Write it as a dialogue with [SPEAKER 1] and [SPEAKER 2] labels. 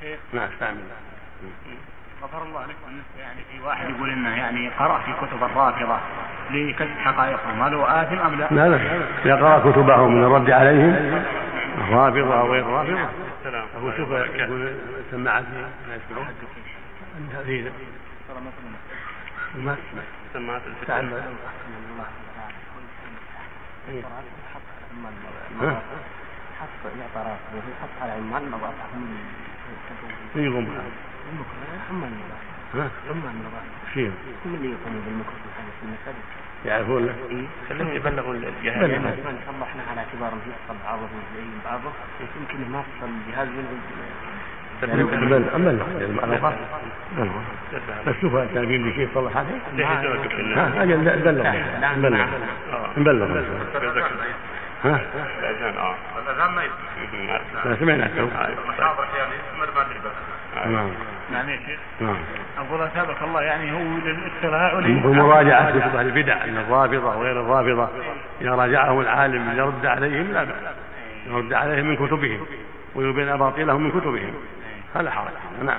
[SPEAKER 1] كيف؟
[SPEAKER 2] نعم كامل
[SPEAKER 1] غفر الله لك بالنسبه يعني في واحد
[SPEAKER 3] يقول انه يعني قرا في كتب الرافضه لكشف حقائقهم هل هو اثم ام لا؟
[SPEAKER 2] لا لا إذا قرأ كتبهم من الرد عليهم الرافضة أو غير
[SPEAKER 3] نعم.
[SPEAKER 2] الرافضة
[SPEAKER 4] السلام
[SPEAKER 2] هو شوف يقول سماعات ما يسمعون هذه ما تسمع
[SPEAKER 4] سماعات الفتن
[SPEAKER 2] تعال إيه؟ ها؟
[SPEAKER 3] حط يعطى راسه يحط على عمان مضافه
[SPEAKER 2] من يقوم
[SPEAKER 3] عمان
[SPEAKER 2] ها
[SPEAKER 3] عمان مضافه
[SPEAKER 2] شيء
[SPEAKER 3] هم اللي يقوموا بالمكتب في المساجد
[SPEAKER 2] يعرفون يعني لك
[SPEAKER 4] خليهم يبلغوا
[SPEAKER 2] بلغ.
[SPEAKER 4] الجهاز
[SPEAKER 3] تقريبا ان احنا على اعتبار انه يفصل بعضه ويزين بعضه يمكن ما يفصل الجهاز من يعني
[SPEAKER 2] بل أما يعني المعلومات بلغوا. بس شوف أنت نبي شيء صلح عليه
[SPEAKER 4] ليش يترك
[SPEAKER 2] ها أجل بلغ بلغ بلغ
[SPEAKER 4] جزاك الله.
[SPEAKER 2] ها
[SPEAKER 4] الاذان اه الاذان ما يسمع
[SPEAKER 2] ما سمعنا تو.
[SPEAKER 4] يعني يستمر ما ادري
[SPEAKER 2] نعم
[SPEAKER 1] يعني يا شيخ
[SPEAKER 2] نعم
[SPEAKER 1] اقول اثابك الله يعني هو للتفاعل
[SPEAKER 2] ومراجعة كتب أهل البدع من الرافضة وغير الرافضة إذا راجعهم العالم لرد عليهم لا بأس يرد عليهم من كتبهم ويبين أباطيلهم من كتبهم هذا حرج نعم